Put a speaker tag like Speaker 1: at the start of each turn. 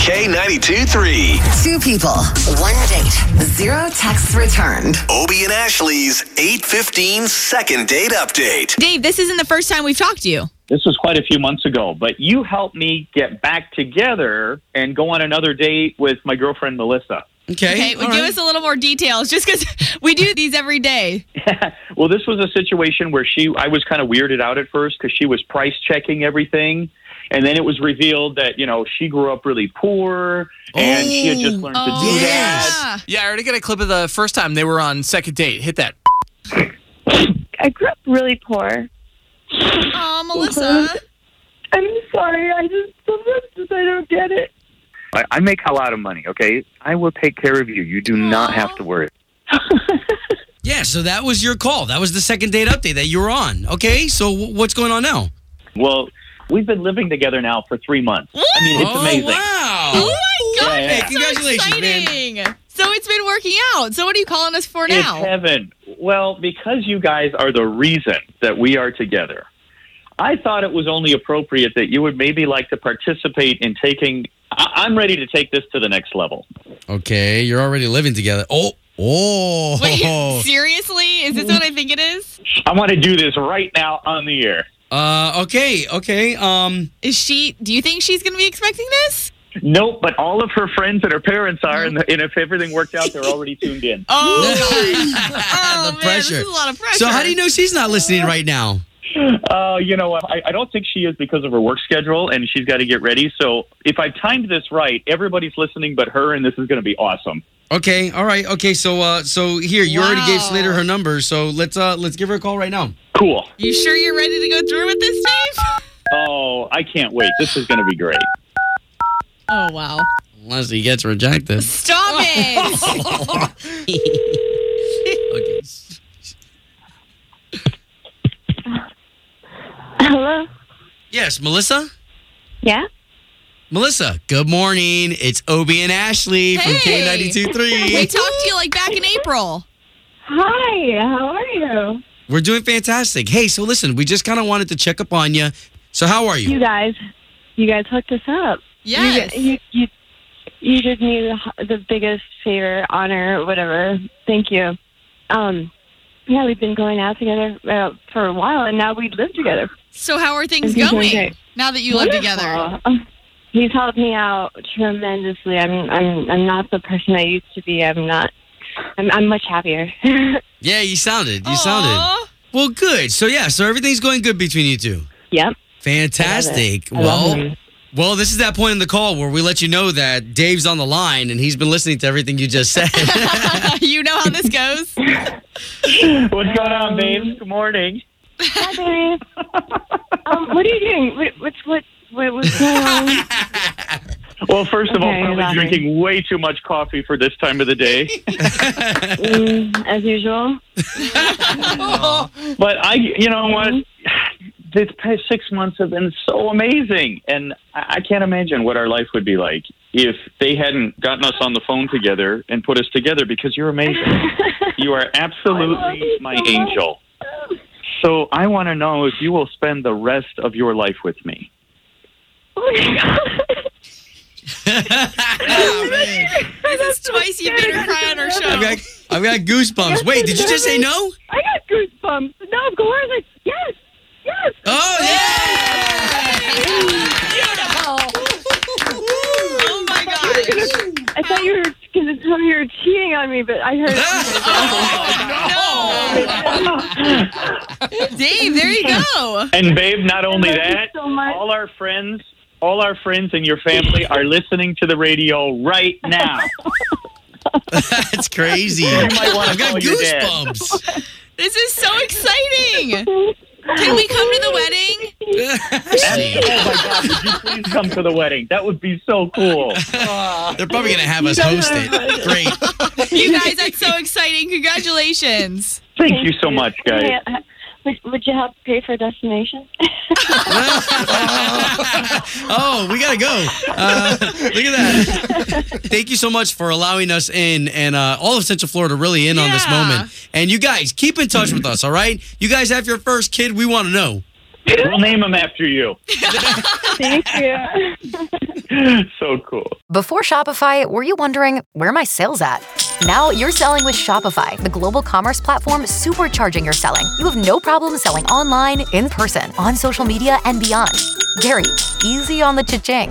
Speaker 1: K92 3.
Speaker 2: Two people, one date, zero texts returned.
Speaker 1: Obie and Ashley's 815 second date update.
Speaker 3: Dave, this isn't the first time we've talked to you.
Speaker 4: this was quite a few months ago, but you helped me get back together and go on another date with my girlfriend Melissa.
Speaker 3: Okay, well, give us a little more details just because we do these every day.
Speaker 4: Well, this was a situation where she I was kind of weirded out at first cuz she was price checking everything. And then it was revealed that, you know, she grew up really poor and she had
Speaker 5: Oh.
Speaker 4: just learned to do that.
Speaker 3: Oh, yeah.
Speaker 6: Yeah, I already got a clip of the first time they were on second date. Hit that.
Speaker 7: I grew up really poor.
Speaker 3: Oh, Melissa.
Speaker 7: I'm sorry. I just sometimes just, I don't get it.
Speaker 4: I, I make a lot of money, okay? I will take care of you. You do not have to worry.
Speaker 5: Yeah, so that was your call. That was the second date update that you were on. Okay, so w- what's going on now?
Speaker 4: Well, we've been living together now for 3 months. I mean, it's
Speaker 5: oh,
Speaker 4: amazing.
Speaker 5: wow.
Speaker 3: Oh my God,
Speaker 4: Yeah,
Speaker 3: that's
Speaker 5: yeah. Congratulations,
Speaker 3: so
Speaker 5: man.
Speaker 3: exciting. So it's been working out. So what are you calling us for
Speaker 4: It's
Speaker 3: now?
Speaker 4: heaven. Well, because you guys are the reason that we are together, I thought it was only appropriate that you would maybe like to participate in taking. I- I'm ready to take this to the next level.
Speaker 5: Okay, you're already living together. Oh, oh.
Speaker 3: Wait, seriously? Is this what I think it is?
Speaker 4: I want to do this right now on the air.
Speaker 5: Uh, okay, okay. Um,
Speaker 3: Is she, do you think she's going to be expecting this?
Speaker 4: Nope, but all of her friends and her parents are, and, and if everything worked out, they're already tuned in.
Speaker 3: Oh,
Speaker 5: the
Speaker 3: oh man, this
Speaker 5: pressure.
Speaker 3: is a lot of pressure.
Speaker 5: So how do you know she's not listening right now?
Speaker 4: Uh, you know, I, I don't think she is because of her work schedule, and she's got to get ready. So if I timed this right, everybody's listening but her, and this is going to be awesome.
Speaker 5: Okay, all right. Okay, so uh so here, you already gave
Speaker 3: Wow.
Speaker 5: Slater her number, so let's uh let's give her a call right now.
Speaker 4: Cool.
Speaker 3: You sure you're ready to go through with this, Dave?
Speaker 4: Oh, I can't wait. This is going to be great.
Speaker 3: Oh, wow.
Speaker 5: Unless he gets rejected.
Speaker 3: Stop it.
Speaker 5: Okay.
Speaker 7: Hello.
Speaker 5: Yes, Melissa?
Speaker 7: Yeah.
Speaker 5: Melissa, good morning. It's Obie and Ashley from
Speaker 3: Hey. we
Speaker 5: K923.
Speaker 3: talked to you like back in April.
Speaker 7: Hi. How are you?
Speaker 5: We're doing fantastic. Hey, so listen, we just kind of wanted to check up on you. So how are
Speaker 7: You
Speaker 5: you?
Speaker 7: guys. You guys hooked us up.
Speaker 3: Yes.
Speaker 7: You, you, you, you did me the, h- the biggest favor, honor, whatever. Thank you. Um, yeah, we've been going out together uh, for a while, and now we live together.
Speaker 3: So how are things
Speaker 7: It's been
Speaker 3: going
Speaker 7: great.
Speaker 3: now that you live together?
Speaker 7: Wonderful. Um, He's helped me out tremendously. I'm I'm I'm not the person I used to be. I'm not. I'm I'm much happier.
Speaker 5: Yeah, you sounded. You sounded.
Speaker 3: Aw.
Speaker 5: Well, good. So yeah, so everything's going good between you two.
Speaker 7: yep.
Speaker 5: Fantastic.
Speaker 7: I love
Speaker 5: Well,
Speaker 7: him.
Speaker 5: Well, this is that point in the call where we let you know that Dave's on the line and he's been listening to everything you just said.
Speaker 3: you know how this goes.
Speaker 4: What's going on, babes? Good morning.
Speaker 7: Hi, babe. um, what are you doing? What, what's what? What was going on?
Speaker 4: Well, first of all,
Speaker 7: Okay,
Speaker 4: probably
Speaker 7: lovely.
Speaker 4: drinking way too much coffee for this time of the day.
Speaker 7: Mm, as usual.
Speaker 4: but I, you know what?
Speaker 7: Mm-hmm.
Speaker 4: These past six months have been so amazing, and I I can't imagine what our life would be like if they hadn't gotten us on the phone together and put us together. Because you're amazing. you are
Speaker 7: I love
Speaker 4: absolutely
Speaker 7: you
Speaker 4: my
Speaker 7: so much.
Speaker 4: angel. So I want to know if you will spend the rest of your life with me.
Speaker 7: Oh my God.
Speaker 3: this is twice you've made her cry on our show.
Speaker 5: I've, got, I've got goosebumps. Wait, did you just say no?
Speaker 7: I got goosebumps. No, of course. I, yes. Yes.
Speaker 5: Oh, yeah.
Speaker 3: Oh my gosh.
Speaker 7: I thought you were going to tell me you were cheating on me, but I heard.
Speaker 3: Oh,
Speaker 7: Oh,
Speaker 3: Dave, there you go.
Speaker 4: And babe, not only
Speaker 7: Thank you
Speaker 4: that,
Speaker 7: so much.
Speaker 4: all our friends, all our friends and your family are listening to the radio right now.
Speaker 5: That's crazy.
Speaker 4: might wanna
Speaker 5: I've got
Speaker 4: call your dad.
Speaker 5: goosebumps.
Speaker 3: This is so exciting. Can we come to the wedding?
Speaker 4: oh my god, would you please come to the wedding? That would be so cool.
Speaker 5: They're probably going to have us host it. Great.
Speaker 3: You guys, that's so exciting. Congratulations.
Speaker 4: Thank you so much, guys.
Speaker 7: Yeah. uh, Would, would you help pay for destination?
Speaker 5: Oh, we gotta go. Uh, look at that. Thank you so much for allowing us in and uh, all of Central Florida really in on this
Speaker 3: Yeah.
Speaker 5: moment. And you guys keep in touch with us, all right? You guys have your first kid. We want to know.
Speaker 4: We'll name them after you.
Speaker 7: Thank you.
Speaker 4: So cool.
Speaker 8: Before Shopify, were you wondering where are my sales at? Now you're selling with Shopify, the global commerce platform supercharging your selling. You have no problem selling online, in person, on social media, and beyond. Gary, easy on the cha-ching.